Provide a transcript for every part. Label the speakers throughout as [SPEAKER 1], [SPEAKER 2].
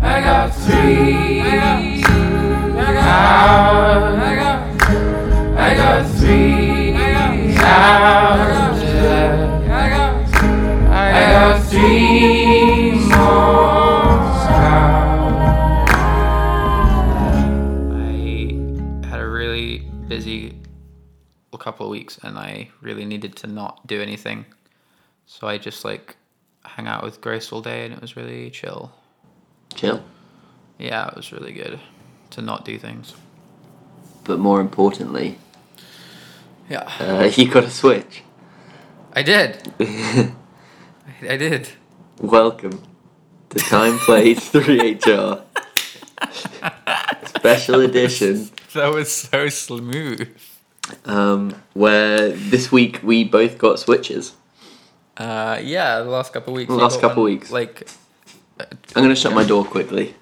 [SPEAKER 1] got three. I got, I got, I got three hours left. I got three more hours.
[SPEAKER 2] I had a really busy couple of weeks and I really needed to not do anything. So I just like hung out with Grace all day and it was really chill.
[SPEAKER 3] Chill.
[SPEAKER 2] Yeah, it was really good to not do things.
[SPEAKER 3] But more importantly,
[SPEAKER 2] Yeah.
[SPEAKER 3] uh, you got a Switch.
[SPEAKER 2] I did. I, I did.
[SPEAKER 3] Welcome to Time Played 3HR. Special edition,
[SPEAKER 2] That was so smooth.
[SPEAKER 3] um, where this week we both got Switches.
[SPEAKER 2] Uh, yeah, the last couple of weeks.
[SPEAKER 3] The
[SPEAKER 2] I
[SPEAKER 3] last
[SPEAKER 2] got
[SPEAKER 3] couple weeks.
[SPEAKER 2] Like,
[SPEAKER 3] I'm going to shut my door quickly.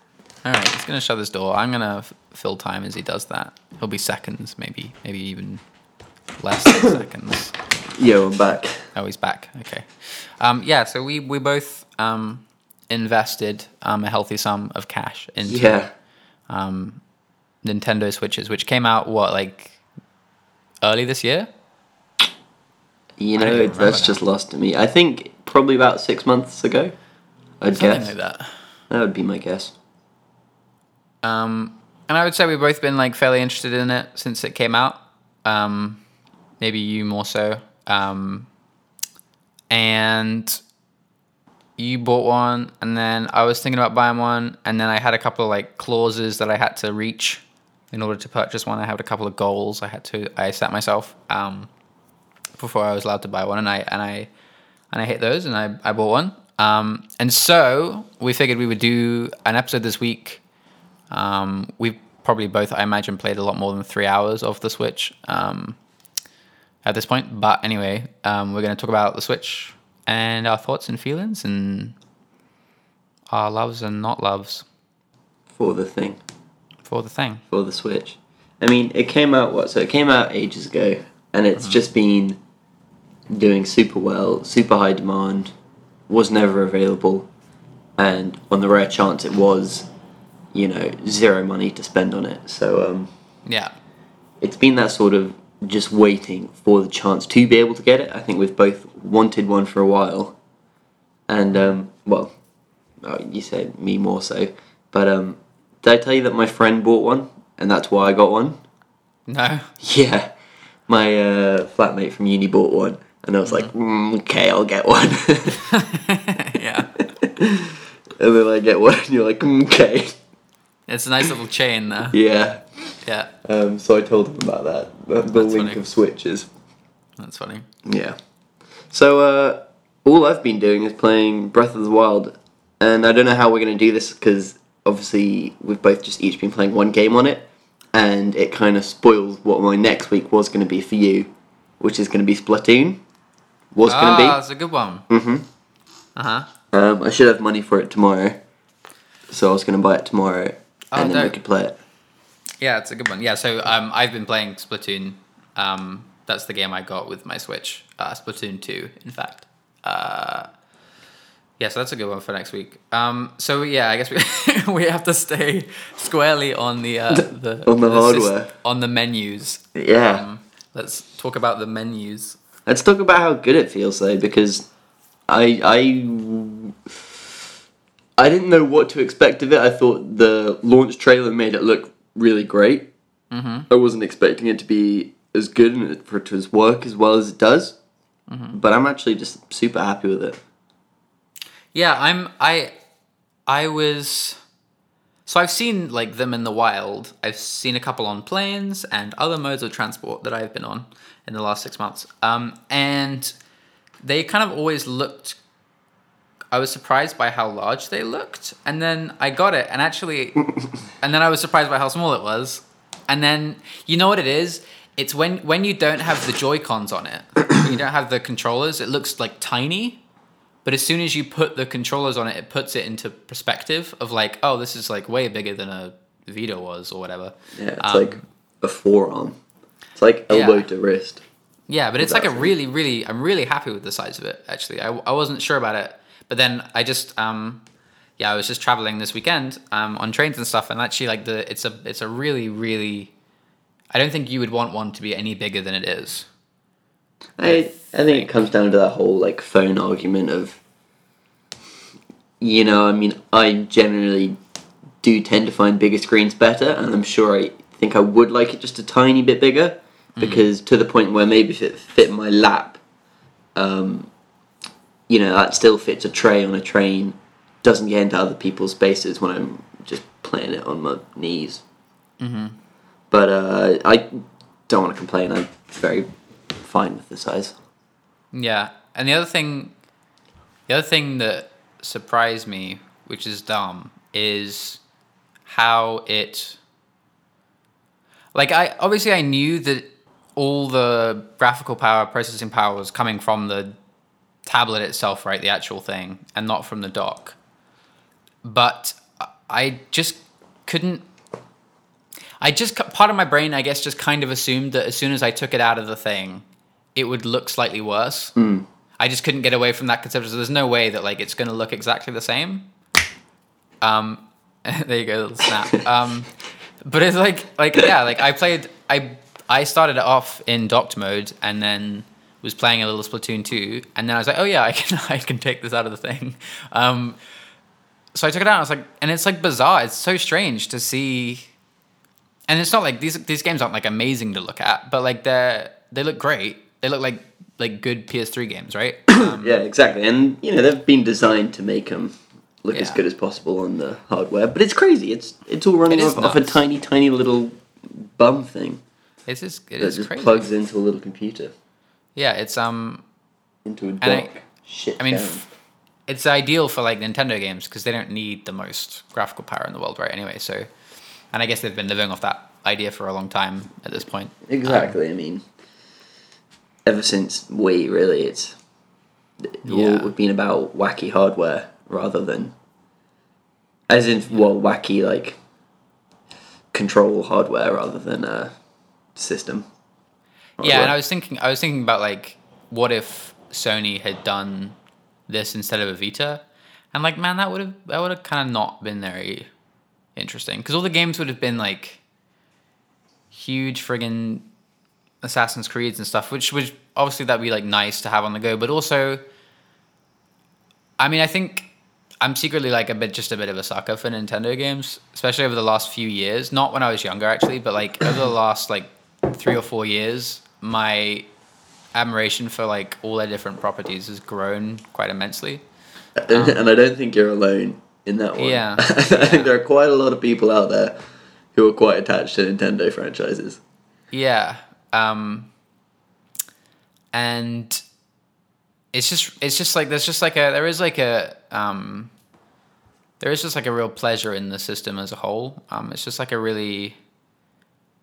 [SPEAKER 2] all right, he's gonna shut this door. I'm gonna f- fill time as he does that. He'll be seconds, maybe, maybe even less than seconds.
[SPEAKER 3] Yo, I'm back.
[SPEAKER 2] Oh, he's back. Okay. Um, yeah, so we, we both um, invested um, a healthy sum of cash into
[SPEAKER 3] Yeah.
[SPEAKER 2] um, Nintendo Switches, which came out, what, like early this year?
[SPEAKER 3] You
[SPEAKER 2] don't
[SPEAKER 3] know,
[SPEAKER 2] even
[SPEAKER 3] it, that's
[SPEAKER 2] remember
[SPEAKER 3] just lost to me. I think probably about six months ago, I'd
[SPEAKER 2] Something
[SPEAKER 3] guess.
[SPEAKER 2] like that.
[SPEAKER 3] That would be my guess.
[SPEAKER 2] Um, and I would say we've both been like fairly interested in it since it came out. Um, maybe you more so. Um, and you bought one, and then I was thinking about buying one, and then I had a couple of like clauses that I had to reach in order to purchase one. I had a couple of goals I had to I set myself um, before I was allowed to buy one, and I and I and I hit those, and I I bought one. Um, and so we figured we would do an episode this week um, we've probably both, I imagine, played a lot more than three hours of the Switch um, at this point. But anyway, um, we're going to talk about the Switch and our thoughts and feelings and our loves and not loves
[SPEAKER 3] For the thing.
[SPEAKER 2] for the thing.
[SPEAKER 3] for the Switch. I mean, it came out what? So it came out ages ago, and it's just been doing super well, super high demand, was never available, and on the rare chance it was, you know, zero money to spend on it. So um,
[SPEAKER 2] Yeah.
[SPEAKER 3] it's been that sort of just waiting for the chance to be able to get it. I think we've both wanted one for a while, and um, well, oh, you say me more so, but um, did I tell you that my friend bought one, and that's why I got one?
[SPEAKER 2] No.
[SPEAKER 3] Yeah, my uh, flatmate from uni bought one, and I was like,
[SPEAKER 2] Mm-hmm.
[SPEAKER 3] mm, okay, I'll get one.
[SPEAKER 2] yeah.
[SPEAKER 3] and then I get one, and you're like, "Mm, okay,
[SPEAKER 2] It's a nice little chain there.
[SPEAKER 3] yeah.
[SPEAKER 2] Yeah.
[SPEAKER 3] Um, so I told him about that, the, the
[SPEAKER 2] That's
[SPEAKER 3] link
[SPEAKER 2] funny.
[SPEAKER 3] of switches.
[SPEAKER 2] That's funny.
[SPEAKER 3] Yeah. So uh, all I've been doing is playing Breath of the Wild, and I don't know how we're gonna do this because obviously we've both just each been playing one game on it, and it kind of spoils what my next week was gonna be for you, which is gonna be Splatoon. Was
[SPEAKER 2] ah,
[SPEAKER 3] gonna
[SPEAKER 2] that's a good one.
[SPEAKER 3] be. hmm
[SPEAKER 2] Uh huh.
[SPEAKER 3] Um, I should have money for it tomorrow, so I was gonna buy it tomorrow,
[SPEAKER 2] Oh,
[SPEAKER 3] and then we
[SPEAKER 2] dope.
[SPEAKER 3] could play it.
[SPEAKER 2] Yeah, it's a good one. Yeah, so um, I've been playing Splatoon. Um, that's the game I got with my Switch. Uh, Splatoon 2, in fact. Uh, yeah, so that's a good one for next week. Um, so yeah, I guess we we have to stay squarely on the uh, the
[SPEAKER 3] On the
[SPEAKER 2] sys-
[SPEAKER 3] hardware.
[SPEAKER 2] on the menus.
[SPEAKER 3] Yeah.
[SPEAKER 2] Um, let's talk about the menus.
[SPEAKER 3] Let's talk about how good it feels though, because I I I didn't know what to expect of it. I thought the launch trailer made it look really great. Mm-hmm. I wasn't expecting it to be as good and for it to work as well as it does.
[SPEAKER 2] Mm-hmm.
[SPEAKER 3] But I'm actually just super happy with it.
[SPEAKER 2] Yeah, I'm I I was so I've seen like them in the wild. I've seen a couple on planes and other modes of transport that I've been on in the last 6 months. Um and they kind of always looked I was surprised by how large they looked and then I got it and actually and then I was surprised by how small it was. And then you know what it is? It's when when you don't have the Joy-Cons on it. when you don't have the controllers, it looks like tiny. But as soon as you put the controllers on it, it puts it into perspective of like, oh, this is like way bigger than a Vita was or whatever.
[SPEAKER 3] Yeah, it's
[SPEAKER 2] Um,
[SPEAKER 3] like a forearm. It's like elbow
[SPEAKER 2] Yeah.
[SPEAKER 3] to wrist.
[SPEAKER 2] yeah, but it's like a
[SPEAKER 3] that's it.
[SPEAKER 2] really, really, I'm really happy with the size of it. Actually, I, I wasn't sure about it, but then I just um, yeah, I was just traveling this weekend um, on trains and stuff, and actually, like the it's a it's a really really, I don't think you would want one to be any bigger than it is.
[SPEAKER 3] I I think it comes down to that whole like phone argument of you know, I mean, I generally do tend to find bigger screens better and I'm sure I think I would like it just a tiny bit bigger because to the point where maybe if it fit my lap um you know, that still fits a tray on a train, doesn't get into other people's spaces when I'm just playing it on my knees. But uh, I don't want to complain. I'm very fine with the size.
[SPEAKER 2] Yeah, and the other thing, the other thing that surprised me, which is dumb, is how it. Like I obviously I knew that all the graphical power, processing power was coming from the tablet itself, right, the actual thing, and not from the dock. But I- I just couldn't. I just part of my brain, I guess, just kind of assumed that as soon as I took it out of the thing, it would look slightly worse. I just couldn't get away from that conception. So there's no way that like it's going to look exactly the same. Um, there you go, little snap. Um, but it's like like yeah, like I played I I started it off in docked mode and then was playing a little Splatoon two and then I was like oh yeah I can I can take this out of the thing. Um, so I took it out. And I was like, and it's like bizarre. It's so strange to see. And it's not like these these games aren't like amazing to look at, but like they're they look great. They look like like good PS3 games, right?
[SPEAKER 3] Um, Yeah, exactly. And you know they've been designed to make them look as
[SPEAKER 2] Yeah.
[SPEAKER 3] good as possible on the hardware. But it's crazy. It's it's all running
[SPEAKER 2] It is
[SPEAKER 3] off, off a
[SPEAKER 2] nuts.
[SPEAKER 3] tiny, tiny little bum thing
[SPEAKER 2] It's just it
[SPEAKER 3] that
[SPEAKER 2] is
[SPEAKER 3] just
[SPEAKER 2] crazy.
[SPEAKER 3] plugs into a little computer,
[SPEAKER 2] Yeah, it's um,
[SPEAKER 3] into a dock.
[SPEAKER 2] I-
[SPEAKER 3] Shit.
[SPEAKER 2] I mean,
[SPEAKER 3] down.
[SPEAKER 2] f- it's ideal for like Nintendo games because they don't need the most graphical power in the world, right? Anyway, so, and I guess they've been living off that idea for a long time at this point.
[SPEAKER 3] Exactly. I mean, ever since Wii, really, it's it
[SPEAKER 2] Yeah.
[SPEAKER 3] all been about wacky hardware rather than, as in, well, wacky like control hardware rather than a system.
[SPEAKER 2] Yeah, and
[SPEAKER 3] hardware.
[SPEAKER 2] I was thinking, I was thinking about like, what if Sony had done this instead of a Vita, and like, man, that would have that would have kind of not been very interesting because all the games would have been like huge friggin' Assassin's Creeds and stuff, which would obviously that'd be like nice to have on the go, but also, I mean, I think I'm secretly like a bit just a bit of a sucker for Nintendo games, especially over the last few years. Not when I was younger, actually, but like over the last like three or four years, my admiration for like all their different properties has grown quite immensely.
[SPEAKER 3] and I don't think you're alone in that one.
[SPEAKER 2] Yeah.
[SPEAKER 3] I think there are quite a lot of people out there who are quite attached to Nintendo franchises.
[SPEAKER 2] Yeah. Um and it's just it's just like there's just like a there is like a um there is just like a real pleasure in the system as a whole. Um it's just like a really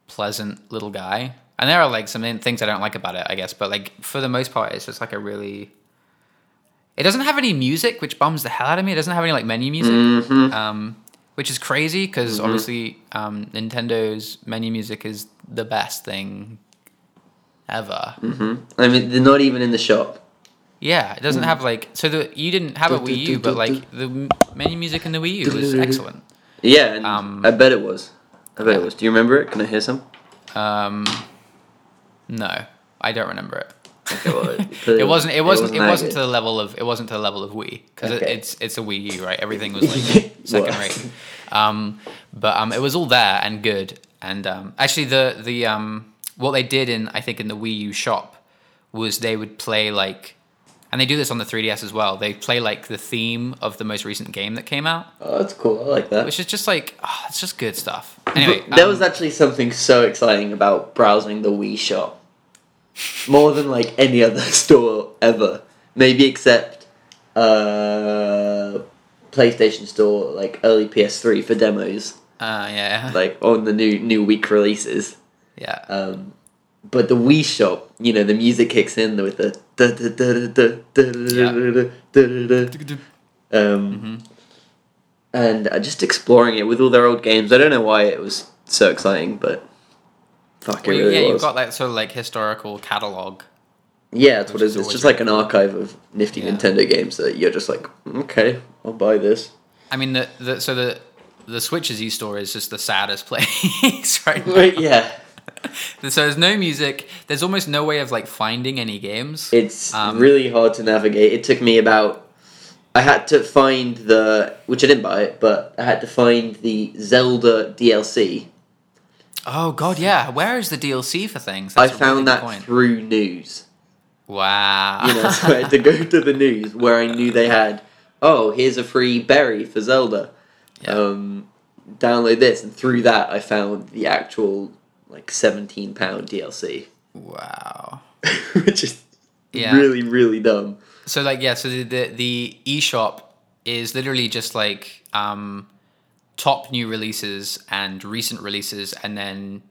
[SPEAKER 2] pleasant little guy. And there are like some in- things I don't like about it, I guess, but like for the most part it's just like a really it doesn't have any music, which bums the hell out of me. It doesn't have any like menu music um, which is crazy because obviously um, Nintendo's menu music is the best thing ever.
[SPEAKER 3] I mean, they're not even in the shop.
[SPEAKER 2] Yeah, it doesn't have like so the you didn't have a
[SPEAKER 3] Du- du-
[SPEAKER 2] Wii U,
[SPEAKER 3] du-
[SPEAKER 2] but
[SPEAKER 3] du-
[SPEAKER 2] like the m- menu music in the Wii U was excellent.
[SPEAKER 3] Yeah, and
[SPEAKER 2] Um,
[SPEAKER 3] I bet it was. I bet it was. Do you remember it? Can I hear some?
[SPEAKER 2] Um, no, I don't remember it.
[SPEAKER 3] Okay, well, it-
[SPEAKER 2] it wasn't. It wasn't. It
[SPEAKER 3] that
[SPEAKER 2] wasn't
[SPEAKER 3] good.
[SPEAKER 2] to the level of. It wasn't to the level of Wii because
[SPEAKER 3] Okay.
[SPEAKER 2] it's it's a Wii U, right? Everything was like second
[SPEAKER 3] Well.
[SPEAKER 2] rate. Um, but um, it was all there and good. And um, actually, the the um, what they did in I think in the Wii U shop was they would play like, and they do this on the 3DS as well. They play like the theme of the most recent game that came out,
[SPEAKER 3] Oh, that's cool. I like that.
[SPEAKER 2] which is just like ah, it's just good stuff. Anyway,
[SPEAKER 3] there was
[SPEAKER 2] um,
[SPEAKER 3] actually something so exciting about browsing the Wii shop. More than like any other store ever. Maybe except uh, PlayStation Store, like early PS3 for demos,
[SPEAKER 2] uh, yeah,
[SPEAKER 3] like on the new new week releases.
[SPEAKER 2] yeah.
[SPEAKER 3] Um, but the Wii shop, you know, the music kicks in with the da da da da da da da da da da
[SPEAKER 2] Mm-hmm.
[SPEAKER 3] um, and uh, just exploring it with all their old games. I don't know why it was so exciting, but fuck,
[SPEAKER 2] Well,
[SPEAKER 3] it
[SPEAKER 2] you-
[SPEAKER 3] really
[SPEAKER 2] yeah, you've
[SPEAKER 3] was.
[SPEAKER 2] got that sort of like historical catalog.
[SPEAKER 3] yeah, that's what it
[SPEAKER 2] which
[SPEAKER 3] is.
[SPEAKER 2] is
[SPEAKER 3] It's
[SPEAKER 2] always
[SPEAKER 3] just like an archive of nifty
[SPEAKER 2] Yeah.
[SPEAKER 3] Nintendo games that you're just like, okay, I'll buy this.
[SPEAKER 2] I mean, the, the so the the Switch's e-store is just the saddest place right now.
[SPEAKER 3] Right, yeah.
[SPEAKER 2] So there's no music. There's almost no way of like finding any games.
[SPEAKER 3] It's
[SPEAKER 2] Um,
[SPEAKER 3] really hard to navigate. It took me about. I had to find the. Which I didn't buy it, but I had to find the Zelda DLC.
[SPEAKER 2] oh god, yeah. Where is the DLC for things?
[SPEAKER 3] I
[SPEAKER 2] That's a really
[SPEAKER 3] found
[SPEAKER 2] good
[SPEAKER 3] that through news.
[SPEAKER 2] Wow.
[SPEAKER 3] You know, so I had to go to the news where I knew they had, oh, here's a free berry for Zelda.
[SPEAKER 2] Yeah.
[SPEAKER 3] Um, download this. And through that, I found the actual, like, £17 DLC,
[SPEAKER 2] wow.
[SPEAKER 3] which is
[SPEAKER 2] Yeah.
[SPEAKER 3] really, really dumb.
[SPEAKER 2] So like yeah, so the the, the eShop is literally just like um top new releases and recent releases and then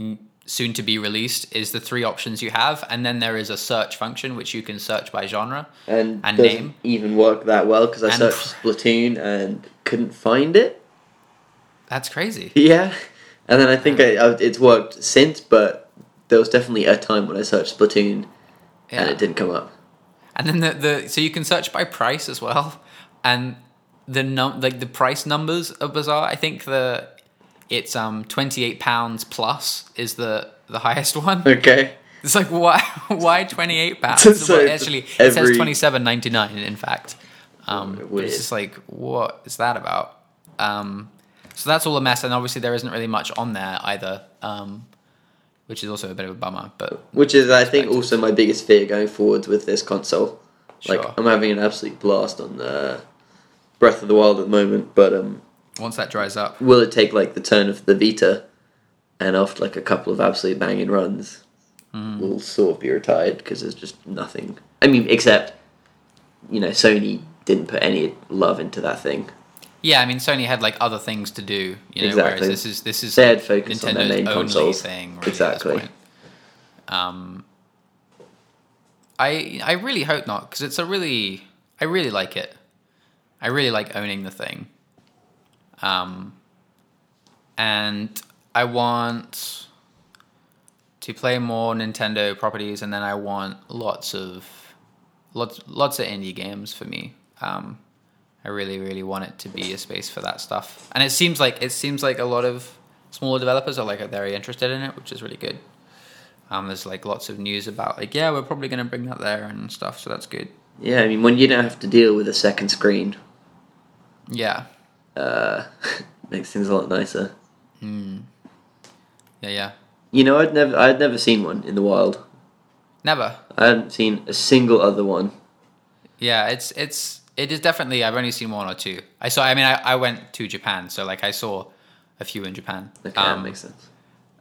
[SPEAKER 2] n- soon to be released is the three options you have and then there is a search function which you can search by genre.
[SPEAKER 3] And,
[SPEAKER 2] And
[SPEAKER 3] doesn't
[SPEAKER 2] name.
[SPEAKER 3] even work that well because I
[SPEAKER 2] And-
[SPEAKER 3] searched Splatoon and couldn't find it.
[SPEAKER 2] That's crazy.
[SPEAKER 3] Yeah. And then I think I, I, it's worked since, but there was definitely a time when I searched Splatoon
[SPEAKER 2] Yeah.
[SPEAKER 3] and it didn't come up.
[SPEAKER 2] And then the, the so you can search by price as well, and the num like the price numbers are bizarre. I think the it's um twenty eight pounds plus is the the highest one.
[SPEAKER 3] Okay.
[SPEAKER 2] It's like why why twenty eight pounds?
[SPEAKER 3] So
[SPEAKER 2] Well,
[SPEAKER 3] it's
[SPEAKER 2] actually, it
[SPEAKER 3] every-
[SPEAKER 2] says twenty seven ninety nine. In fact, um, but
[SPEAKER 3] Weird.
[SPEAKER 2] it's just like what is that about? Um, so that's all a mess, and obviously there isn't really much on there either, um, which is also a bit of a bummer. But
[SPEAKER 3] Which is, I think, also my biggest fear going forwards with this console.
[SPEAKER 2] Sure.
[SPEAKER 3] Like, I'm having an absolute blast on the Breath of the Wild at the moment, but um,
[SPEAKER 2] once that dries up,
[SPEAKER 3] will it take like the turn of the Vita, and after like a couple of absolute banging runs, we'll sort of be retired because there's just nothing. I mean, except you know, Sony didn't put any love into that thing.
[SPEAKER 2] Yeah, I mean, Sony had like other things to do, you know.
[SPEAKER 3] Exactly.
[SPEAKER 2] Whereas this is this is
[SPEAKER 3] They had
[SPEAKER 2] like,
[SPEAKER 3] focus on their main consoles.
[SPEAKER 2] thing, really,
[SPEAKER 3] Exactly.
[SPEAKER 2] At this point. Um, I I really hope not because it's a really I really like it. I really like owning the thing. Um, and I want to play more Nintendo properties, and then I want lots of lots lots of indie games for me. Um, I really really want it to be a space for that stuff, and it seems like it seems like a lot of smaller developers are like very interested in it, which is really good. Um, there's like lots of news about like yeah, we're probably gonna bring that there and stuff, so that's good.
[SPEAKER 3] Yeah, I mean, when you don't have to deal with a second screen,
[SPEAKER 2] Yeah,
[SPEAKER 3] uh, makes things a lot nicer.
[SPEAKER 2] yeah, yeah.
[SPEAKER 3] You know, I'd never, I'd never seen one in the wild.
[SPEAKER 2] Never.
[SPEAKER 3] I hadn't seen a single other one.
[SPEAKER 2] Yeah, it's it's it is definitely. I've only seen one or two. I saw. I mean, I, I went to Japan, so like I saw a few in Japan.
[SPEAKER 3] Okay,
[SPEAKER 2] Um,
[SPEAKER 3] that makes sense.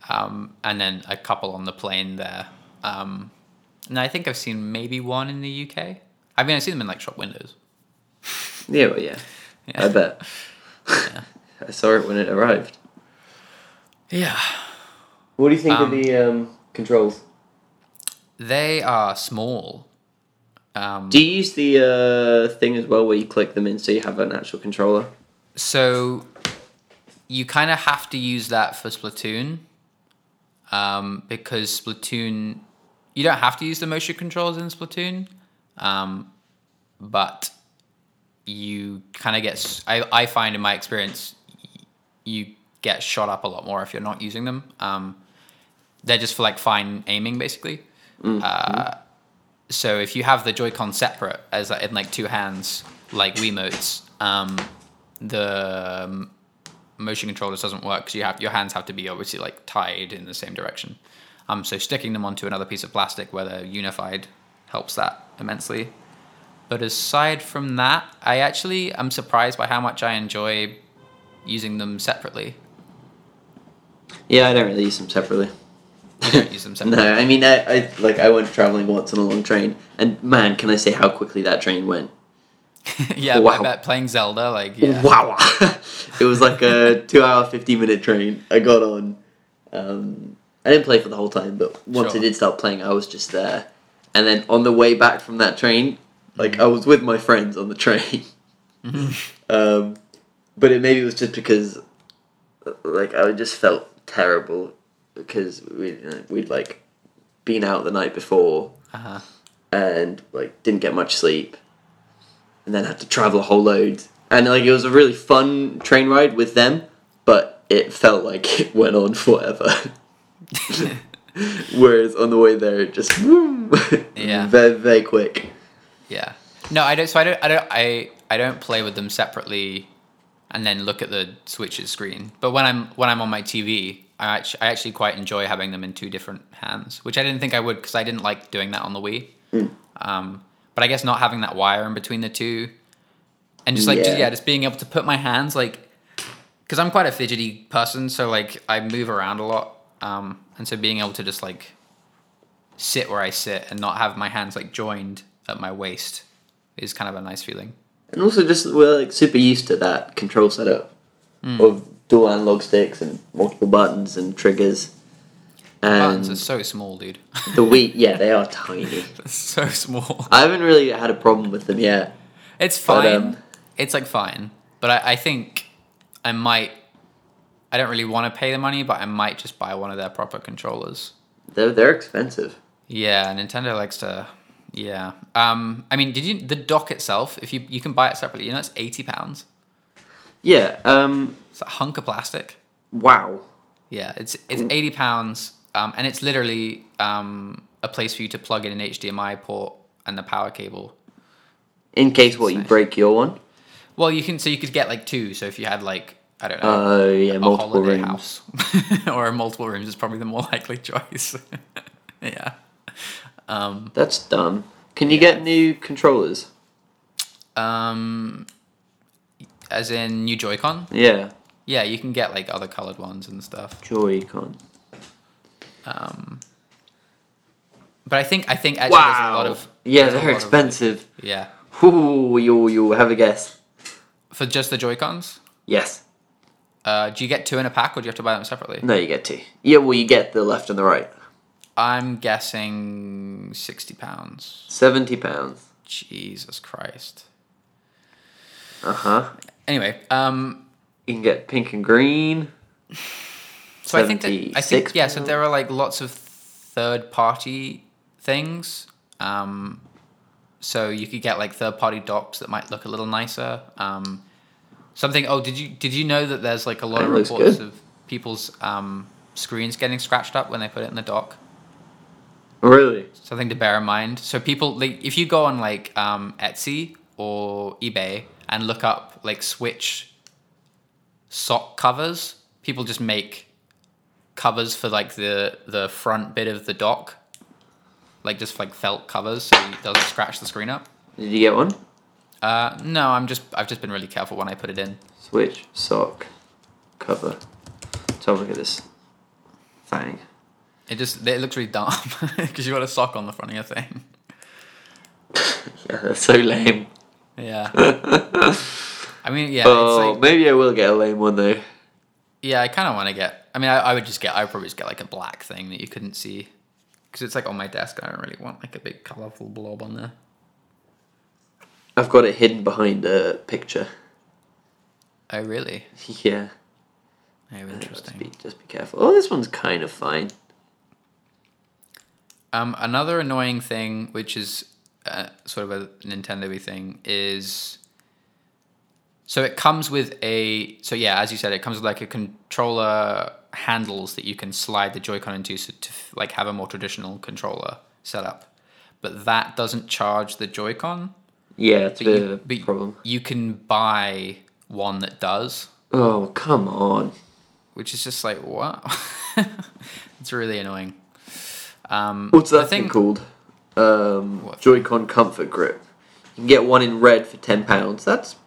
[SPEAKER 2] um, and then a couple on the plane there. Um, and I think I've seen maybe one in the UK. I mean, I've seen them in like shop windows.
[SPEAKER 3] Yeah, well, yeah.
[SPEAKER 2] Yeah.
[SPEAKER 3] I bet. I saw it when it arrived.
[SPEAKER 2] Yeah.
[SPEAKER 3] What do you think
[SPEAKER 2] of Um,
[SPEAKER 3] the um, controls?
[SPEAKER 2] They are small. Um,
[SPEAKER 3] Do you use the uh, thing as well where you click them in so you have an actual controller?
[SPEAKER 2] so you kind of have to use that for Splatoon um, because Splatoon, you don't have to use the motion controls in Splatoon, um, but you kind of get, s- I, I find in my experience, y- you get shot up a lot more if you're not using them. Um, they're just for like fine aiming basically. Uh, so if you have the Joy-Con separate as like, in like two hands, like Wiimotes, um, the um, motion controllers doesn't work because you have your hands have to be obviously like tied in the same direction. Um, so sticking them onto another piece of plastic where they're unified helps that immensely. But aside from that, I actually am surprised by how much I enjoy using them separately.
[SPEAKER 3] Yeah, I don't really use them separately.
[SPEAKER 2] You don't use them separately.
[SPEAKER 3] No, I mean, I, I like I went traveling once on a long train, and man, can I say how quickly that train went?
[SPEAKER 2] yeah, but I
[SPEAKER 3] Wow.
[SPEAKER 2] bet playing Zelda, like yeah.
[SPEAKER 3] Wow, it was like a two-hour, fifty-minute train. I got on. Um, I didn't play for the whole time, but once
[SPEAKER 2] Sure.
[SPEAKER 3] I did start playing, I was just there. And then on the way back from that train, like
[SPEAKER 2] Mm-hmm.
[SPEAKER 3] I was with my friends on the train. um, but it maybe was just because, uh, like, I just felt terrible because we you know, we'd like been out the night before
[SPEAKER 2] Uh-huh.
[SPEAKER 3] and like didn't get much sleep, and then had to travel a whole load and like it was a really fun train ride with them, but it felt like it went on forever. Whereas on the way there, it just whoom,
[SPEAKER 2] Yeah.
[SPEAKER 3] very very quick.
[SPEAKER 2] Yeah. No, I don't. So I don't. I don't. I I don't play with them separately, and then look at the Switch's screen. But when I'm when I'm on my TV, I actually I actually quite enjoy having them in two different hands, which I didn't think I would because I didn't like doing that on the Wii.
[SPEAKER 3] Hmm.
[SPEAKER 2] Um, but I guess not having that wire in between the two, and just like just-
[SPEAKER 3] Yeah.
[SPEAKER 2] yeah, just being able to put my hands like, because I'm quite a fidgety person, so like I move around a lot, um, and so being able to just like sit where I sit and not have my hands like joined at my waist is kind of a nice feeling.
[SPEAKER 3] And also, just we're like super used to that control setup
[SPEAKER 2] Hmm.
[SPEAKER 3] of dual analog sticks and multiple buttons and triggers. And
[SPEAKER 2] Buttons are so small, dude.
[SPEAKER 3] the Wii, yeah, they are tiny.
[SPEAKER 2] so small.
[SPEAKER 3] I haven't really had a problem with them yet.
[SPEAKER 2] It's
[SPEAKER 3] But,
[SPEAKER 2] fine.
[SPEAKER 3] um,
[SPEAKER 2] it's like fine, but I, I think I might. I don't really want to pay the money, but I might just buy one of their proper controllers.
[SPEAKER 3] They're they're expensive.
[SPEAKER 2] Yeah, Nintendo likes to. Yeah. Um. I mean, did you the dock itself? If you you can buy it separately, you know, it's eighty pounds.
[SPEAKER 3] Yeah. Um.
[SPEAKER 2] It's a hunk of plastic.
[SPEAKER 3] Wow.
[SPEAKER 2] Yeah, it's it's
[SPEAKER 3] Mm.
[SPEAKER 2] eighty pounds, um, and it's literally um, a place for you to plug in an HDMI port and the power cable.
[SPEAKER 3] In case what you
[SPEAKER 2] Nice.
[SPEAKER 3] break your one.
[SPEAKER 2] Well, you can so you could get like two. So if you had like I don't know
[SPEAKER 3] Uh. Yeah.
[SPEAKER 2] a
[SPEAKER 3] Multiple
[SPEAKER 2] holiday
[SPEAKER 3] rooms.
[SPEAKER 2] house or multiple rooms is probably the more likely choice. yeah, um,
[SPEAKER 3] That's dumb. Can you get new controllers?
[SPEAKER 2] um, as in new Joy-Con.
[SPEAKER 3] Yeah.
[SPEAKER 2] Yeah, you can get like other colored ones and stuff.
[SPEAKER 3] Joy-Con.
[SPEAKER 2] Um, but I think I think actually there's a lot of
[SPEAKER 3] yeah,
[SPEAKER 2] there's a
[SPEAKER 3] they're
[SPEAKER 2] lot of-
[SPEAKER 3] expensive.
[SPEAKER 2] yeah,
[SPEAKER 3] Ooh, you you have a guess.
[SPEAKER 2] for just the Joy-Cons.
[SPEAKER 3] Yes.
[SPEAKER 2] Uh, do you get two in a pack, or do you have to buy them separately?
[SPEAKER 3] No, you get two. Yeah, well, you get the left and the right.
[SPEAKER 2] I'm guessing sixty pounds.
[SPEAKER 3] Seventy pounds.
[SPEAKER 2] Jesus Christ.
[SPEAKER 3] Uh huh.
[SPEAKER 2] Anyway, um,
[SPEAKER 3] You can get pink and green.
[SPEAKER 2] so I think that I think
[SPEAKER 3] 76
[SPEAKER 2] yeah. So there are like lots of third-party things. Um, so you could get like third-party docs that might look a little nicer. Um, something. Oh, did you did you know that there's like a lot
[SPEAKER 3] That
[SPEAKER 2] of
[SPEAKER 3] looks
[SPEAKER 2] reports
[SPEAKER 3] good.
[SPEAKER 2] of people's um, screens getting scratched up when they put it in the dock?
[SPEAKER 3] Oh, Really?
[SPEAKER 2] something to bear in mind. So people like if you go on like um, Etsy or eBay and look up like Switch sock covers, people just make covers for like the the front bit of the dock, like just like felt covers, so it doesn't scratch the screen up.
[SPEAKER 3] Did you get one?
[SPEAKER 2] Uh, no, I'm just I've just been really careful when I put it in.
[SPEAKER 3] Switch sock cover. So look at this thing.
[SPEAKER 2] It just it looks really dumb because you got a sock on the front of your thing.
[SPEAKER 3] Yeah, that's so lame.
[SPEAKER 2] Yeah. I mean, yeah.
[SPEAKER 3] Oh,
[SPEAKER 2] it's like,
[SPEAKER 3] maybe I will get a lame one though.
[SPEAKER 2] Yeah, I kind of want to get. I mean, I, I would just get. I would probably just get like a black thing that you couldn't see, because it's like on my desk. I don't really want like a big colorful blob on there.
[SPEAKER 3] I've got it hidden behind a picture.
[SPEAKER 2] Oh really?
[SPEAKER 3] Yeah.
[SPEAKER 2] Oh,
[SPEAKER 3] Just
[SPEAKER 2] interesting.
[SPEAKER 3] be, just be careful. Oh, this one's kind of fine.
[SPEAKER 2] Um, another annoying thing, which is uh, sort of a Nintendo thing, is so it comes with a so yeah, as you said, it comes with like a controller handles that you can slide the Joy-Con into so to f- like have a more traditional controller setup, but that doesn't charge the Joy-Con.
[SPEAKER 3] Yeah, it's a bit
[SPEAKER 2] you-
[SPEAKER 3] of a problem.
[SPEAKER 2] you can buy one that does,
[SPEAKER 3] Oh, come on.
[SPEAKER 2] which is just like what? it's really annoying. Um,
[SPEAKER 3] What's
[SPEAKER 2] the
[SPEAKER 3] that thing called? Um,
[SPEAKER 2] What?
[SPEAKER 3] Joy-Con Comfort Grip. You can get one in red for ten pounds. That's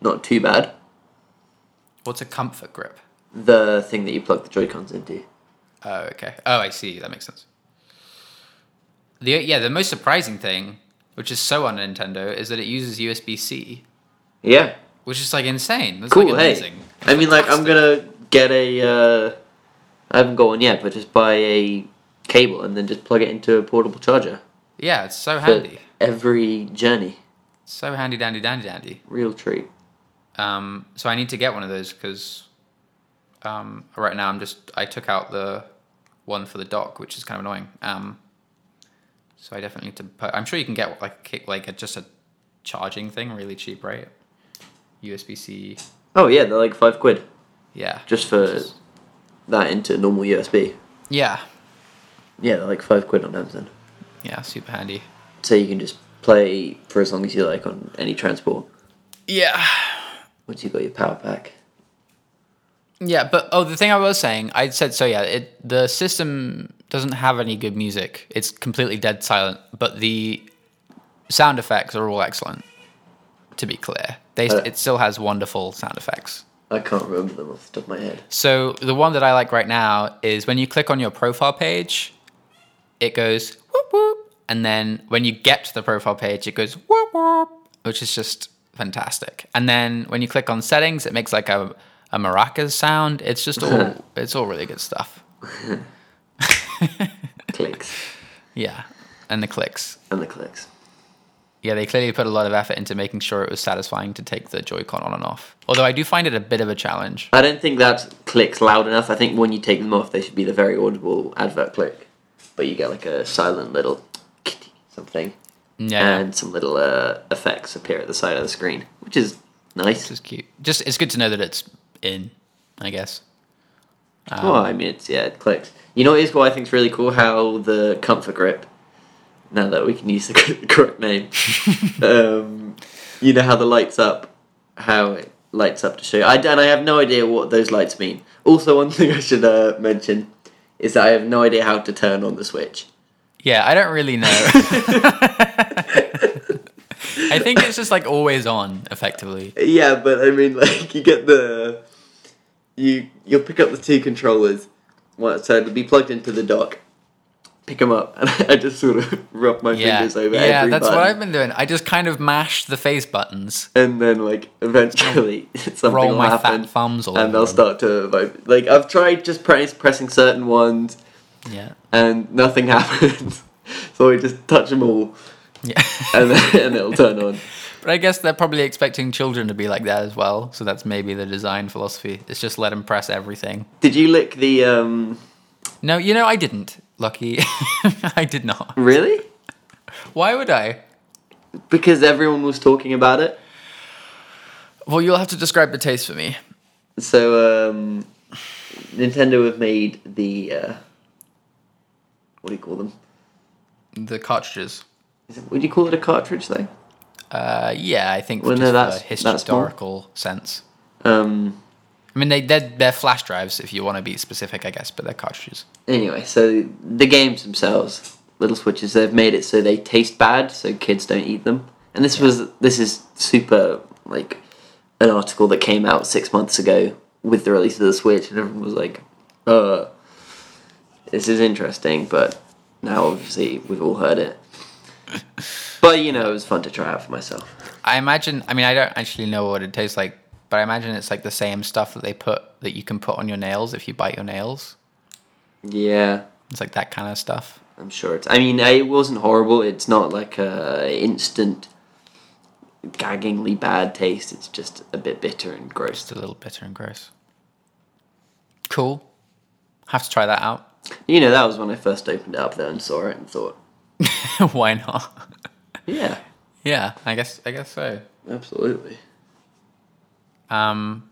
[SPEAKER 3] not too bad.
[SPEAKER 2] What's a comfort grip?
[SPEAKER 3] The thing that you plug the Joy-Cons into.
[SPEAKER 2] Oh, okay. Oh, I see. That makes sense. The yeah, the most surprising thing, which is so on Nintendo, is that it uses USB C,
[SPEAKER 3] Yeah,
[SPEAKER 2] which is like insane. That's
[SPEAKER 3] cool.
[SPEAKER 2] Like
[SPEAKER 3] hey,
[SPEAKER 2] amazing.
[SPEAKER 3] I mean, like, I'm
[SPEAKER 2] Fantastic.
[SPEAKER 3] gonna get a. Uh, I haven't got one yet, but just buy a cable and then just plug it into a portable charger
[SPEAKER 2] Yeah, it's so
[SPEAKER 3] for
[SPEAKER 2] handy.
[SPEAKER 3] every journey.
[SPEAKER 2] So handy, dandy, dandy, dandy.
[SPEAKER 3] Real treat.
[SPEAKER 2] Um, so I need to get one of those because um, right now I'm just I took out the one for the dock, which is kind of annoying. Um, so I definitely need to. Put, I'm sure you can get like a kick, like a, just a charging thing really cheap, right? USB C.
[SPEAKER 3] Oh yeah, they're like five quid
[SPEAKER 2] Yeah.
[SPEAKER 3] just for that into normal USB.
[SPEAKER 2] Yeah.
[SPEAKER 3] Yeah, they're like five quid on Amazon.
[SPEAKER 2] Yeah. Super handy.
[SPEAKER 3] So you can just play for as long as you like on any transport
[SPEAKER 2] Yeah.
[SPEAKER 3] once you've got your power pack.
[SPEAKER 2] Yeah, but oh, the thing I was saying, I said so. Yeah, it the system doesn't have any good music. It's completely dead silent. But the sound effects are all excellent. To be clear, they
[SPEAKER 3] Uh.
[SPEAKER 2] it still has wonderful sound effects.
[SPEAKER 3] I can't remember them off the top of my head.
[SPEAKER 2] So the one that I like right now is when you click on your profile page, it goes whoop whoop, and then when you get to the profile page, it goes whoop whoop, which is just fantastic. And then when you click on settings, it makes like a a maracas sound. It's just all it's all really good stuff.
[SPEAKER 3] Clicks
[SPEAKER 2] Yeah, and the clicks.
[SPEAKER 3] and the clicks.
[SPEAKER 2] Yeah, they clearly put a lot of effort into making sure it was satisfying to take the Joy-Con on and off. Although I do find it a bit of a challenge.
[SPEAKER 3] I don't think that's clicks loud enough. I think when you take them off, they should be the very audible advert click, but you get like a silent little something,
[SPEAKER 2] Yeah,
[SPEAKER 3] and some little uh, effects appear at the side of the screen, which is nice.
[SPEAKER 2] it's just cute. Just it's good to know that it's in. I guess.
[SPEAKER 3] well, I mean, it's yeah, it clicks. You know, what is what I think is really cool how the comfort grip. Now that we can use the correct name, um, you know how the lights up, how it lights up to show. I and I have no idea what those lights mean. Also, one thing I should uh, mention is that I have no idea how to turn on the switch.
[SPEAKER 2] Yeah, I don't really know. I think it's just like always on, effectively.
[SPEAKER 3] Yeah, but I mean, like you get the you you'll pick up the two controllers, one so it'll be plugged into the dock. Pick them up, and I just sort of rub my
[SPEAKER 2] Yeah,
[SPEAKER 3] fingers over.
[SPEAKER 2] yeah,
[SPEAKER 3] every
[SPEAKER 2] that's
[SPEAKER 3] button.
[SPEAKER 2] what I've been doing. I just kind of mash the face buttons,
[SPEAKER 3] and then like eventually something
[SPEAKER 2] roll
[SPEAKER 3] will
[SPEAKER 2] my
[SPEAKER 3] happen,
[SPEAKER 2] fat thumbs all
[SPEAKER 3] and they'll
[SPEAKER 2] over them.
[SPEAKER 3] start to vibrate. Like I've tried just press, pressing certain ones,
[SPEAKER 2] Yeah,
[SPEAKER 3] and nothing happens. so I just touch them all,
[SPEAKER 2] yeah.
[SPEAKER 3] and then, and it'll turn on.
[SPEAKER 2] but I guess they're probably expecting children to be like that as well. So that's maybe the design philosophy. It's just let them press everything.
[SPEAKER 3] Did you lick the um?
[SPEAKER 2] No, you know I didn't. Lucky, I did not.
[SPEAKER 3] Really?
[SPEAKER 2] Why would I?
[SPEAKER 3] Because everyone was talking about it.
[SPEAKER 2] Well, you'll have to describe the taste for me.
[SPEAKER 3] So um, Nintendo have made the uh, what do you call them?
[SPEAKER 2] The cartridges.
[SPEAKER 3] Is it, would you call it a cartridge thing?
[SPEAKER 2] Uh, yeah, I think
[SPEAKER 3] Well,
[SPEAKER 2] just
[SPEAKER 3] no,
[SPEAKER 2] for
[SPEAKER 3] that's-
[SPEAKER 2] a
[SPEAKER 3] that's more-
[SPEAKER 2] historical sense.
[SPEAKER 3] Um,
[SPEAKER 2] I mean, they they're, they're flash drives if you want to be specific, I guess, but they're cartridges.
[SPEAKER 3] anyway, so the games themselves, little switches, they've made it so they taste bad, so kids don't eat them. And this was this is super like an article that came out six months ago with the release of the Switch, and everyone was like, "Uh, this is interesting," but now obviously we've all heard it. But you know, it was fun to try out for myself.
[SPEAKER 2] I imagine. I mean, I don't actually know what it tastes like, but I imagine it's like the same stuff that they put that you can put on your nails if you bite your nails.
[SPEAKER 3] Yeah,
[SPEAKER 2] It's like that kind of stuff.
[SPEAKER 3] I'm sure it's. I mean, it wasn't horrible. It's not like a instant, gaggingly bad taste. It's just a bit bitter and gross.
[SPEAKER 2] It's a little bitter and gross. Cool. Have to try that out.
[SPEAKER 3] You know, that was when I first opened it up though and saw it and thought,
[SPEAKER 2] Why not?
[SPEAKER 3] yeah,
[SPEAKER 2] yeah, I guess. I guess so.
[SPEAKER 3] absolutely.
[SPEAKER 2] Um,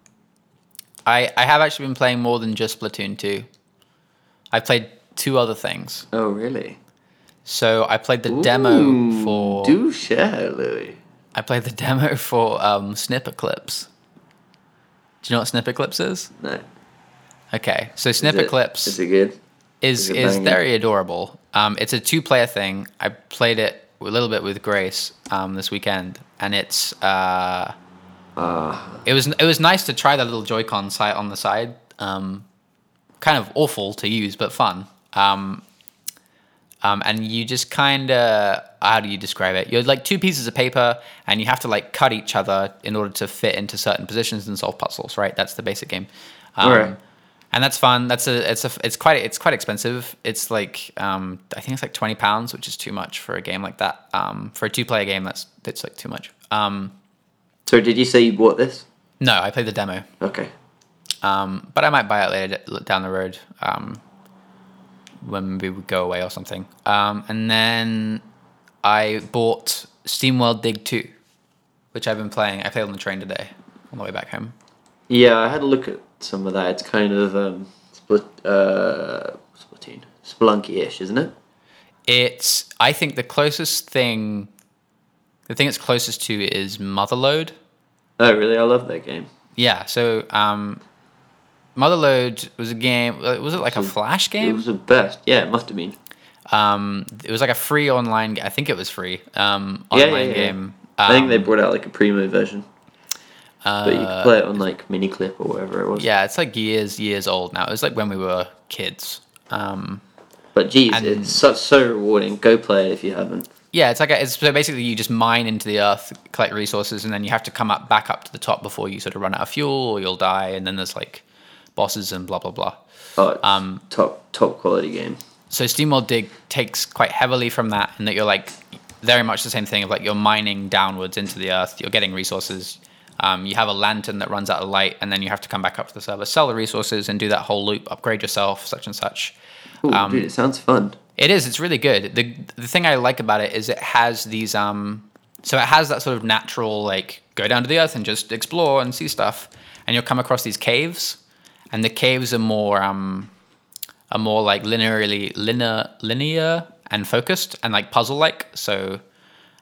[SPEAKER 2] I I have actually been playing more than just Splatoon two. I played two other things.
[SPEAKER 3] Oh really?
[SPEAKER 2] So I played the demo
[SPEAKER 3] Ooh,
[SPEAKER 2] for
[SPEAKER 3] do share, Louis.
[SPEAKER 2] I played the demo for um, Snippet Clips. Do you know what Snippet Clips is?
[SPEAKER 3] No.
[SPEAKER 2] Okay, so
[SPEAKER 3] Is
[SPEAKER 2] Snippet
[SPEAKER 3] it-
[SPEAKER 2] Clips
[SPEAKER 3] Is it good?
[SPEAKER 2] is
[SPEAKER 3] is it
[SPEAKER 2] is
[SPEAKER 3] banging?
[SPEAKER 2] very adorable. Um, it's a two player thing. I played it a little bit with Grace um, this weekend, and it's uh, it was it was nice to try that little Joy-Con site on the side. Um, kind of awful to use, but fun. Um, um, and you just kind of how do you describe it? You're like two pieces of paper, and you have to like cut each other in order to fit into certain positions and solve puzzles. Right, that's the basic game. Um,
[SPEAKER 3] Alright.
[SPEAKER 2] And that's fun. That's a it's a it's quite it's quite expensive. It's like um, I think it's like twenty pounds, which is too much for a game like that. Um, for a two player game, that's that's like too much. Um,
[SPEAKER 3] So did you say you bought this?
[SPEAKER 2] no, I played the demo.
[SPEAKER 3] Okay.
[SPEAKER 2] Um, but I might buy it later d- down the road um, when we would go away or something. Um, and then I bought SteamWorld Dig 2, which I've been playing. I played on the train today. on the way back home.
[SPEAKER 3] Yeah, I had a look at some of that. It's kind of um, split, uh, Splatoon, Spelunky-ish, isn't it?
[SPEAKER 2] It's I think the closest thing, the thing it's closest to is Motherload.
[SPEAKER 3] Oh, really? I love that game.
[SPEAKER 2] Yeah, so um, Motherload was a game. uh, Was it like a flash
[SPEAKER 3] It
[SPEAKER 2] game?
[SPEAKER 3] was the best. Yeah, it must have been.
[SPEAKER 2] um, it was like a free online. ga- I think it was free. Um,
[SPEAKER 3] Yeah, yeah,
[SPEAKER 2] online
[SPEAKER 3] yeah.
[SPEAKER 2] game.
[SPEAKER 3] I think they
[SPEAKER 2] Um,
[SPEAKER 3] brought out like a primo version,
[SPEAKER 2] uh,
[SPEAKER 3] but you could play it on like mini clip or whatever it was.
[SPEAKER 2] yeah, it's like years, years old now. It was like when we were kids. Um,
[SPEAKER 3] But geez,
[SPEAKER 2] And-
[SPEAKER 3] it's so, so rewarding. Go play it if you haven't.
[SPEAKER 2] yeah, it's like a, it's so basically you just mine into the earth, collect resources, and then you have to come up back up to the top before you sort of run out of fuel or you'll die. And then there's like bosses and blah blah blah.
[SPEAKER 3] Oh, it's
[SPEAKER 2] Um,
[SPEAKER 3] top top quality game.
[SPEAKER 2] so SteamWorld Dig takes quite heavily from that, and that you're like very much the same thing of like you're mining downwards into the earth, you're getting resources. Um, you have a lantern that runs out of light, and then you have to come back up to the server, sell the resources, and do that whole loop, upgrade yourself, such and such.
[SPEAKER 3] Ooh,
[SPEAKER 2] um,
[SPEAKER 3] dude, it sounds fun.
[SPEAKER 2] It is. It's really good. the The thing I like about it is it has these. Um, so it has that sort of natural like go down to the earth and just explore and see stuff, and you'll come across these caves, and the caves are more um, are more like linearly linear linear and focused and like puzzle like. So,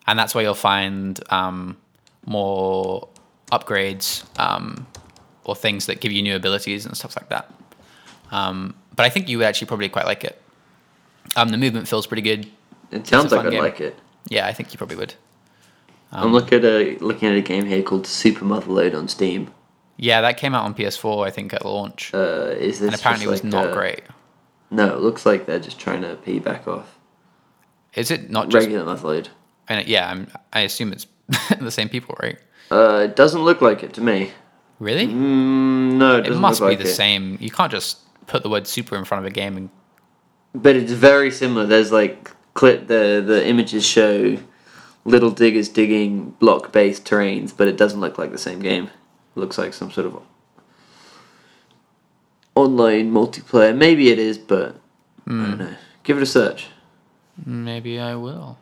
[SPEAKER 2] and that's where you'll find um, more upgrades um, or things that give you new abilities and stuff like that. Um, but I think you would actually probably quite like it. Um, the movement feels pretty good.
[SPEAKER 3] It sounds
[SPEAKER 2] a
[SPEAKER 3] like
[SPEAKER 2] fun
[SPEAKER 3] I'd
[SPEAKER 2] game. Um,
[SPEAKER 3] like it.
[SPEAKER 2] Yeah, I think you probably would.
[SPEAKER 3] I'm look at a looking at a game here called Super Motherload on Steam.
[SPEAKER 2] Yeah, that came out on PS4, I think, at launch,
[SPEAKER 3] Uh, is this
[SPEAKER 2] and apparently it was
[SPEAKER 3] just like uh,
[SPEAKER 2] not
[SPEAKER 3] a-
[SPEAKER 2] great.
[SPEAKER 3] No, it looks like they're just trying to piggyback off
[SPEAKER 2] Is it not just?
[SPEAKER 3] regular Motherload.
[SPEAKER 2] And it- yeah, I'm, I assume it's the same people, right?
[SPEAKER 3] Uh, it doesn't look like it to me.
[SPEAKER 2] Really?
[SPEAKER 3] Mm, no, it,
[SPEAKER 2] it
[SPEAKER 3] doesn't
[SPEAKER 2] must be
[SPEAKER 3] look like
[SPEAKER 2] the
[SPEAKER 3] it.
[SPEAKER 2] same. You can't just put the word super in front of a game and
[SPEAKER 3] But it's very similar. There's like clip the the images show little diggers digging block based terrains, but it doesn't look like the same game. It looks like some sort of online multiplayer. Maybe it is, but I
[SPEAKER 2] Hmm.
[SPEAKER 3] don't know. Give it a search.
[SPEAKER 2] maybe I will.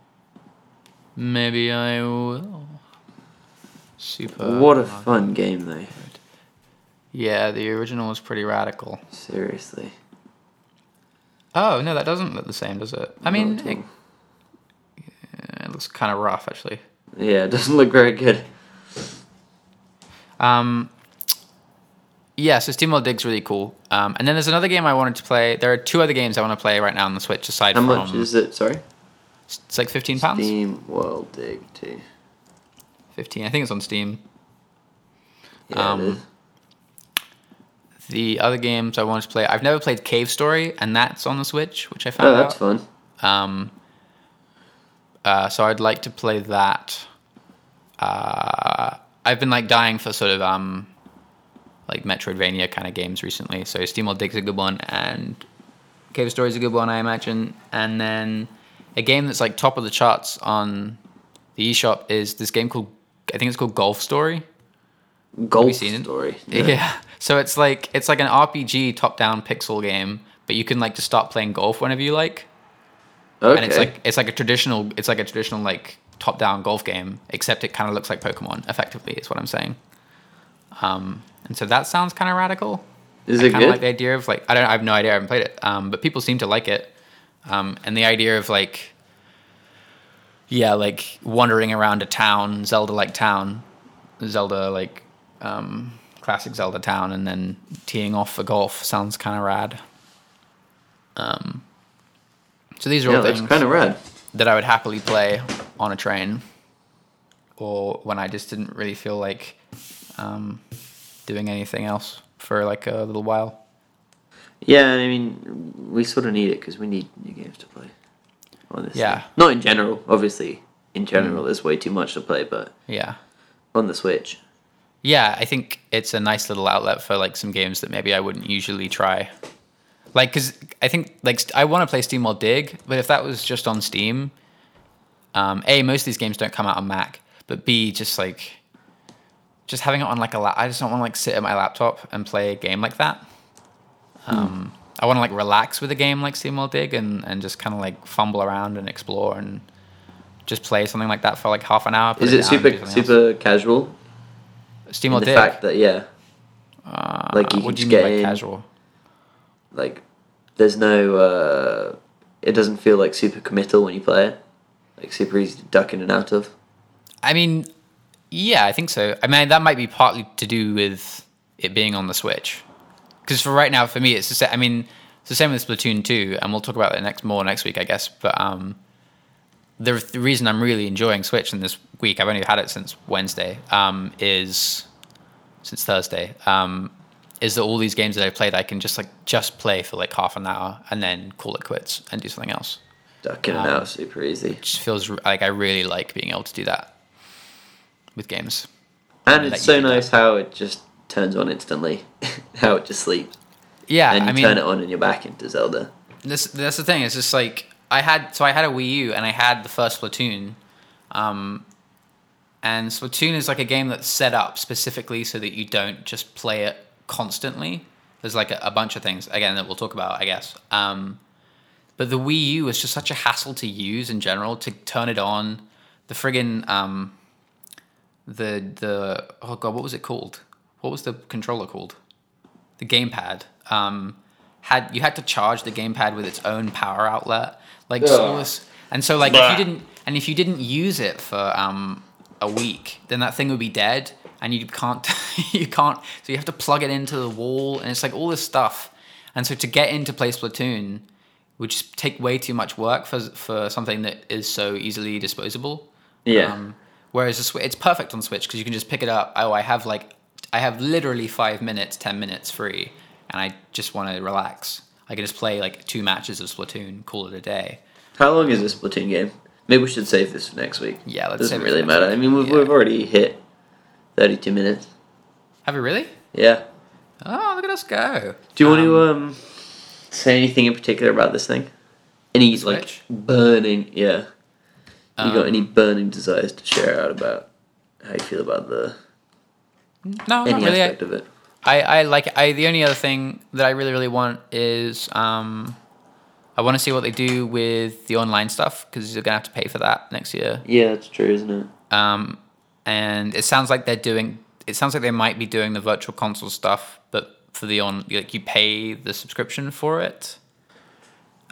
[SPEAKER 2] Maybe I will. Super.
[SPEAKER 3] what a fun game, though.
[SPEAKER 2] Yeah, the original was pretty radical.
[SPEAKER 3] Seriously.
[SPEAKER 2] Oh no, that doesn't look the same, does it? I mean,
[SPEAKER 3] Not at
[SPEAKER 2] it, yeah, it looks kind of rough actually.
[SPEAKER 3] all. yeah, it doesn't look very good.
[SPEAKER 2] Um, yeah, so SteamWorld Dig's really cool. Um, and then there's another game I wanted to play. There are two other games I want to play right now on the Switch aside
[SPEAKER 3] How
[SPEAKER 2] from
[SPEAKER 3] much is it? Sorry.
[SPEAKER 2] it's like fifteen pounds.
[SPEAKER 3] Steam World Dig Two.
[SPEAKER 2] 15. I think it's on Steam.
[SPEAKER 3] Yeah,
[SPEAKER 2] Um,
[SPEAKER 3] it is.
[SPEAKER 2] The other games I wanted to play, I've never played Cave Story, and that's on the Switch, which I found
[SPEAKER 3] Oh, that's
[SPEAKER 2] out.
[SPEAKER 3] fun.
[SPEAKER 2] Um, uh, so I'd like to play that. Uh, I've been like dying for sort of um, like Metroidvania kind of games recently. So SteamWorld Dig's a good one, and Cave Story's a good one, I imagine. And then a game that's like top of the charts on the eShop is this game called I think it's called Golf Story.
[SPEAKER 3] Golf
[SPEAKER 2] seen it?
[SPEAKER 3] story.
[SPEAKER 2] Yeah. So it's like it's like an RPG top-down pixel game, but you can like just start playing golf whenever you like.
[SPEAKER 3] Okay.
[SPEAKER 2] And it's like it's like a traditional it's like a traditional like top-down golf game, except it kind of looks like Pokemon effectively, is what I'm saying. Um and so that sounds kind of radical.
[SPEAKER 3] is
[SPEAKER 2] I
[SPEAKER 3] it
[SPEAKER 2] kind of
[SPEAKER 3] good?
[SPEAKER 2] like the idea of like I don't I have no idea I haven't played it um but people seem to like it um and the idea of like yeah like wandering around a town Zelda like town Zelda like um classic Zelda town and then teeing off for golf sounds kind of rad um so these are
[SPEAKER 3] yeah,
[SPEAKER 2] all
[SPEAKER 3] that's
[SPEAKER 2] things
[SPEAKER 3] kind of rad.
[SPEAKER 2] that I would happily play on a train or when I just didn't really feel like um, doing anything else for like a little while.
[SPEAKER 3] Yeah, I mean, we sort of need it because we need new games to play. Honestly.
[SPEAKER 2] Yeah. Mm.
[SPEAKER 3] Not in general, obviously. In general, there's way too much to play, but
[SPEAKER 2] Yeah.
[SPEAKER 3] on the Switch.
[SPEAKER 2] Yeah, I think it's a nice little outlet for like some games that maybe I wouldn't usually try. Like, cause I think like st- I want to play Steam World Dig, but if that was just on Steam, um, a most of these games don't come out on Mac, but b just like just having it on like a lap, I just don't want to like sit at my laptop and play a game like that.
[SPEAKER 3] Hmm.
[SPEAKER 2] Um, I want to like relax with a game like Steam World Dig and and just kind of like fumble around and explore and just play something like that for like half an hour. put
[SPEAKER 3] Is
[SPEAKER 2] down,
[SPEAKER 3] it
[SPEAKER 2] do
[SPEAKER 3] super
[SPEAKER 2] something else.
[SPEAKER 3] super casual?
[SPEAKER 2] Steam or
[SPEAKER 3] the
[SPEAKER 2] Dick.
[SPEAKER 3] fact that yeah,
[SPEAKER 2] uh,
[SPEAKER 3] like, you
[SPEAKER 2] what do
[SPEAKER 3] can just
[SPEAKER 2] you mean
[SPEAKER 3] get
[SPEAKER 2] by
[SPEAKER 3] in.
[SPEAKER 2] casual?
[SPEAKER 3] like there's no uh, it doesn't feel like super committal when you play it. Like super easy to duck in and out of.
[SPEAKER 2] I mean, yeah, I think so. I mean, that might be partly to do with it being on the Switch. Because for right now, for me, it's the same. I mean, it's the same with Splatoon 2, and we'll talk about that next more next week, I guess. But um, the, the reason I'm really enjoying Switch in this week, I've only had it since Wednesday, um, is since Thursday, um, is that all these games that I played, I can just like just play for like half an hour and then call it quits and do something else.
[SPEAKER 3] Duck in
[SPEAKER 2] Uh,
[SPEAKER 3] and out super easy.
[SPEAKER 2] It just feels r- like I really like being able to do that with games.
[SPEAKER 3] And
[SPEAKER 2] let
[SPEAKER 3] it's
[SPEAKER 2] you
[SPEAKER 3] so
[SPEAKER 2] do that.
[SPEAKER 3] nice how it just turns on instantly. how it just sleeps.
[SPEAKER 2] Yeah,
[SPEAKER 3] and you
[SPEAKER 2] I mean,
[SPEAKER 3] turn it on and you're back into Zelda.
[SPEAKER 2] this that's the thing. It's just like I had so I had a Wii U and I had the first Splatoon, um, and Splatoon is like a game that's set up specifically so that you don't just play it constantly. There's like a, a bunch of things again that we'll talk about, I guess. Um, but the Wii U was just such a hassle to use in general to turn it on. The friggin' um, the the oh god, what was it called? What was the controller called? the gamepad um, had you had to charge the gamepad with its own power outlet like so
[SPEAKER 3] Ugh.
[SPEAKER 2] was- and so like if you didn't and if you didn't use it for um, a week then that thing would be dead and you can't you can't so you have to plug it into the wall and it's like all this stuff and so to get into play splatoon would just take way too much work for for something that is so easily disposable
[SPEAKER 3] Yeah.
[SPEAKER 2] um, whereas the Switch, it's perfect on Switch because you can just pick it up. Oh, I have like, I have literally five minutes, ten minutes free, and I just want to relax. I can just play like two matches of Splatoon, call it a day.
[SPEAKER 3] How long is this Splatoon game? Maybe we should save this for next week.
[SPEAKER 2] Yeah, let's
[SPEAKER 3] Doesn't
[SPEAKER 2] save it for
[SPEAKER 3] really
[SPEAKER 2] next
[SPEAKER 3] matter. I
[SPEAKER 2] week.
[SPEAKER 3] mean, we've,
[SPEAKER 2] Yeah.
[SPEAKER 3] we've already hit 32 minutes.
[SPEAKER 2] Have we really?
[SPEAKER 3] Yeah.
[SPEAKER 2] Oh, look at us go!
[SPEAKER 3] Do you want to um say anything in particular about this thing? Any
[SPEAKER 2] Switch?
[SPEAKER 3] like burning? Yeah. You
[SPEAKER 2] Um,
[SPEAKER 3] got any burning desires to share out about how you feel about the
[SPEAKER 2] No, not
[SPEAKER 3] any
[SPEAKER 2] really. I,
[SPEAKER 3] aspect of it?
[SPEAKER 2] I, I like. I the only other thing that I really, really want is um, I want to see what they do with the online stuff because you're gonna have to pay for that next year.
[SPEAKER 3] Yeah, that's true, isn't it?
[SPEAKER 2] um, and it sounds like they're doing. It sounds like they might be doing the virtual console stuff, but for the on like you pay the subscription for it.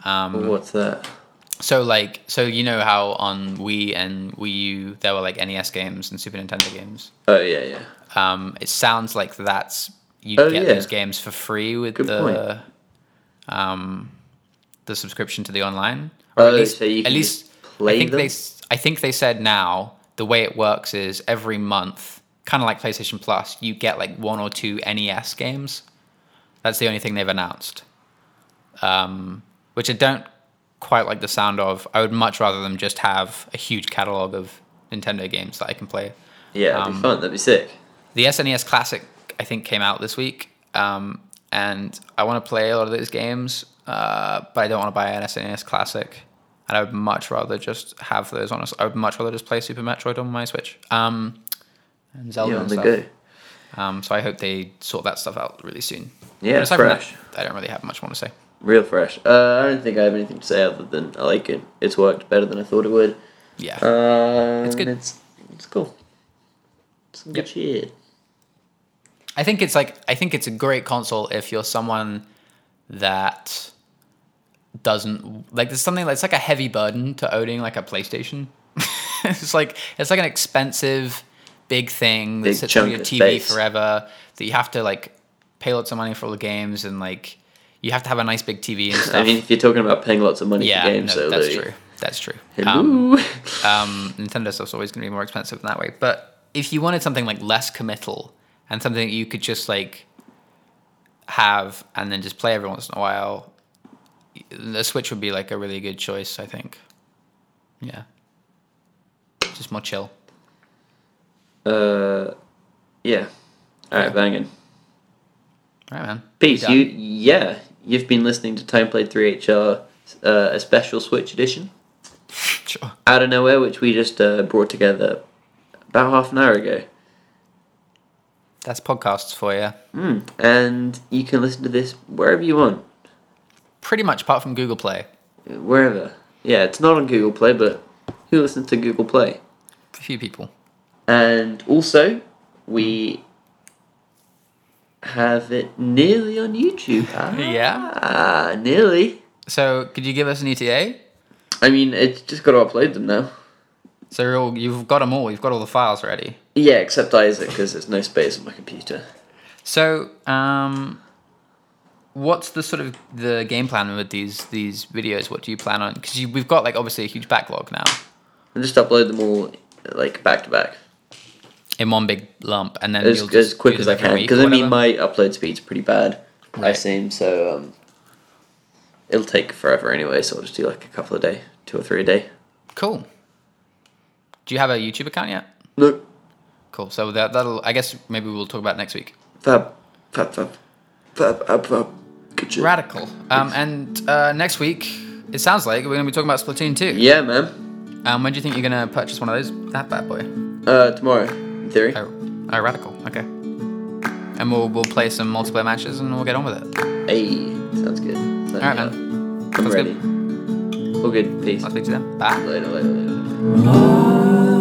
[SPEAKER 2] Um,
[SPEAKER 3] What's that?
[SPEAKER 2] so like so you know how on Wii and Wii U there were like NES games and Super Nintendo games.
[SPEAKER 3] Oh yeah, yeah.
[SPEAKER 2] Um, it sounds like that's you
[SPEAKER 3] Oh,
[SPEAKER 2] get
[SPEAKER 3] yeah.
[SPEAKER 2] those games for free with
[SPEAKER 3] Good
[SPEAKER 2] the
[SPEAKER 3] point.
[SPEAKER 2] um, the subscription to the online.
[SPEAKER 3] Oh, so you can just play
[SPEAKER 2] Uh, I think
[SPEAKER 3] them?
[SPEAKER 2] they s- I think they said now the way it works is every month, kind of like PlayStation Plus, you get like one or two NES games. That's the only thing they've announced. Um, which I don't quite like the sound of. I would much rather them just have a huge catalog of Nintendo games that I can play.
[SPEAKER 3] Yeah, that'd
[SPEAKER 2] Um,
[SPEAKER 3] be fun. That'd be sick.
[SPEAKER 2] The SNES Classic, I think, came out this week, um, and I want to play a lot of those games, uh, but I don't want to buy an SNES Classic, and I would much rather just have those on. a s- I would much rather just play Super Metroid on my Switch, um, and Zelda
[SPEAKER 3] Yeah, on
[SPEAKER 2] and
[SPEAKER 3] the
[SPEAKER 2] stuff.
[SPEAKER 3] go.
[SPEAKER 2] Um, so I hope they sort that stuff out really soon.
[SPEAKER 3] Yeah,
[SPEAKER 2] But aside from that,
[SPEAKER 3] fresh.
[SPEAKER 2] I don't really have much more to say.
[SPEAKER 3] Real fresh. Uh, I don't think I have anything to say other than I like it. It's worked better than I thought it would.
[SPEAKER 2] Yeah.
[SPEAKER 3] Um, it's
[SPEAKER 2] good.
[SPEAKER 3] It's, it's cool. Some good
[SPEAKER 2] Yep.
[SPEAKER 3] shit.
[SPEAKER 2] I think it's like I think it's a great console if you're someone that doesn't like there's something it's like a heavy burden to owning like a PlayStation. it's like it's like an expensive big thing that
[SPEAKER 3] Big
[SPEAKER 2] sits on
[SPEAKER 3] chunk
[SPEAKER 2] your
[SPEAKER 3] of
[SPEAKER 2] TV
[SPEAKER 3] space.
[SPEAKER 2] forever that you have to like pay lots of money for all the games and like you have to have a nice big TV and stuff.
[SPEAKER 3] I mean, if you're talking about paying lots of money
[SPEAKER 2] yeah,
[SPEAKER 3] for games,
[SPEAKER 2] no,
[SPEAKER 3] so
[SPEAKER 2] that's
[SPEAKER 3] like,
[SPEAKER 2] true. That's true. Um,
[SPEAKER 3] Hello.
[SPEAKER 2] um, Nintendo stuff's always going to be more expensive in that way. But if you wanted something like less committal and something that you could just like have and then just play every once in a while, the Switch would be like a really good choice, I think. Yeah, just more chill.
[SPEAKER 3] uh, yeah. All right, banging.
[SPEAKER 2] All right, man.
[SPEAKER 3] Peace.
[SPEAKER 2] done?
[SPEAKER 3] You, yeah. You've been listening to Time Played 3HR, uh, a special Switch edition
[SPEAKER 2] Sure.
[SPEAKER 3] out of nowhere, which we just uh, brought together about half an hour ago.
[SPEAKER 2] That's podcasts for you.
[SPEAKER 3] Mm. And you can listen to this wherever you want,
[SPEAKER 2] Pretty much, apart from Google Play.
[SPEAKER 3] wherever. Yeah, it's not on Google Play, but who listens to Google Play?
[SPEAKER 2] A few people.
[SPEAKER 3] And also, we have it nearly on YouTube.
[SPEAKER 2] Yeah.
[SPEAKER 3] Ah, nearly.
[SPEAKER 2] So could you give us an E ETA?
[SPEAKER 3] I mean, it's just got to upload them now.
[SPEAKER 2] So you're all, you've got them all. You've got all the files ready.
[SPEAKER 3] Yeah, except Isaac, because there's no space on my computer.
[SPEAKER 2] So um, what's the sort of the game plan with these these videos? What do you plan on? Because we've got like obviously a huge backlog now
[SPEAKER 3] I'll just upload them all like back to back
[SPEAKER 2] in one big lump, and then
[SPEAKER 3] as,
[SPEAKER 2] you'll just
[SPEAKER 3] as quick
[SPEAKER 2] do
[SPEAKER 3] as
[SPEAKER 2] them
[SPEAKER 3] I
[SPEAKER 2] every
[SPEAKER 3] can.
[SPEAKER 2] week
[SPEAKER 3] Because
[SPEAKER 2] or
[SPEAKER 3] I mean,
[SPEAKER 2] whatever?
[SPEAKER 3] my upload speed's pretty bad. I
[SPEAKER 2] Right.
[SPEAKER 3] seem so. Um, it'll take forever anyway, so I'll just do like a couple a day, two or three a day.
[SPEAKER 2] cool. Do you have a YouTube account yet?
[SPEAKER 3] Nope.
[SPEAKER 2] Cool. So that that'll I guess maybe we'll talk about it next week.
[SPEAKER 3] Fab. Fab. Fab. Fab. Fab. Fab. Good shit.
[SPEAKER 2] Radical. Um, and uh, next week it sounds like we're gonna be talking about Splatoon 2.
[SPEAKER 3] Yeah, man.
[SPEAKER 2] Um, when do you think you're gonna purchase one of those? That bad boy.
[SPEAKER 3] Uh, tomorrow, in theory.
[SPEAKER 2] Oh, oh radical. Okay. And we'll we'll play some multiplayer matches and we'll get on with it.
[SPEAKER 3] Hey, sounds good. Sign me
[SPEAKER 2] All right,
[SPEAKER 3] up.
[SPEAKER 2] man.
[SPEAKER 3] I'm
[SPEAKER 2] Sounds
[SPEAKER 3] ready.
[SPEAKER 2] good.
[SPEAKER 3] All good. Peace.
[SPEAKER 2] tá? I'll speak to them. Bye.
[SPEAKER 3] Later, later, later.
[SPEAKER 1] Oh.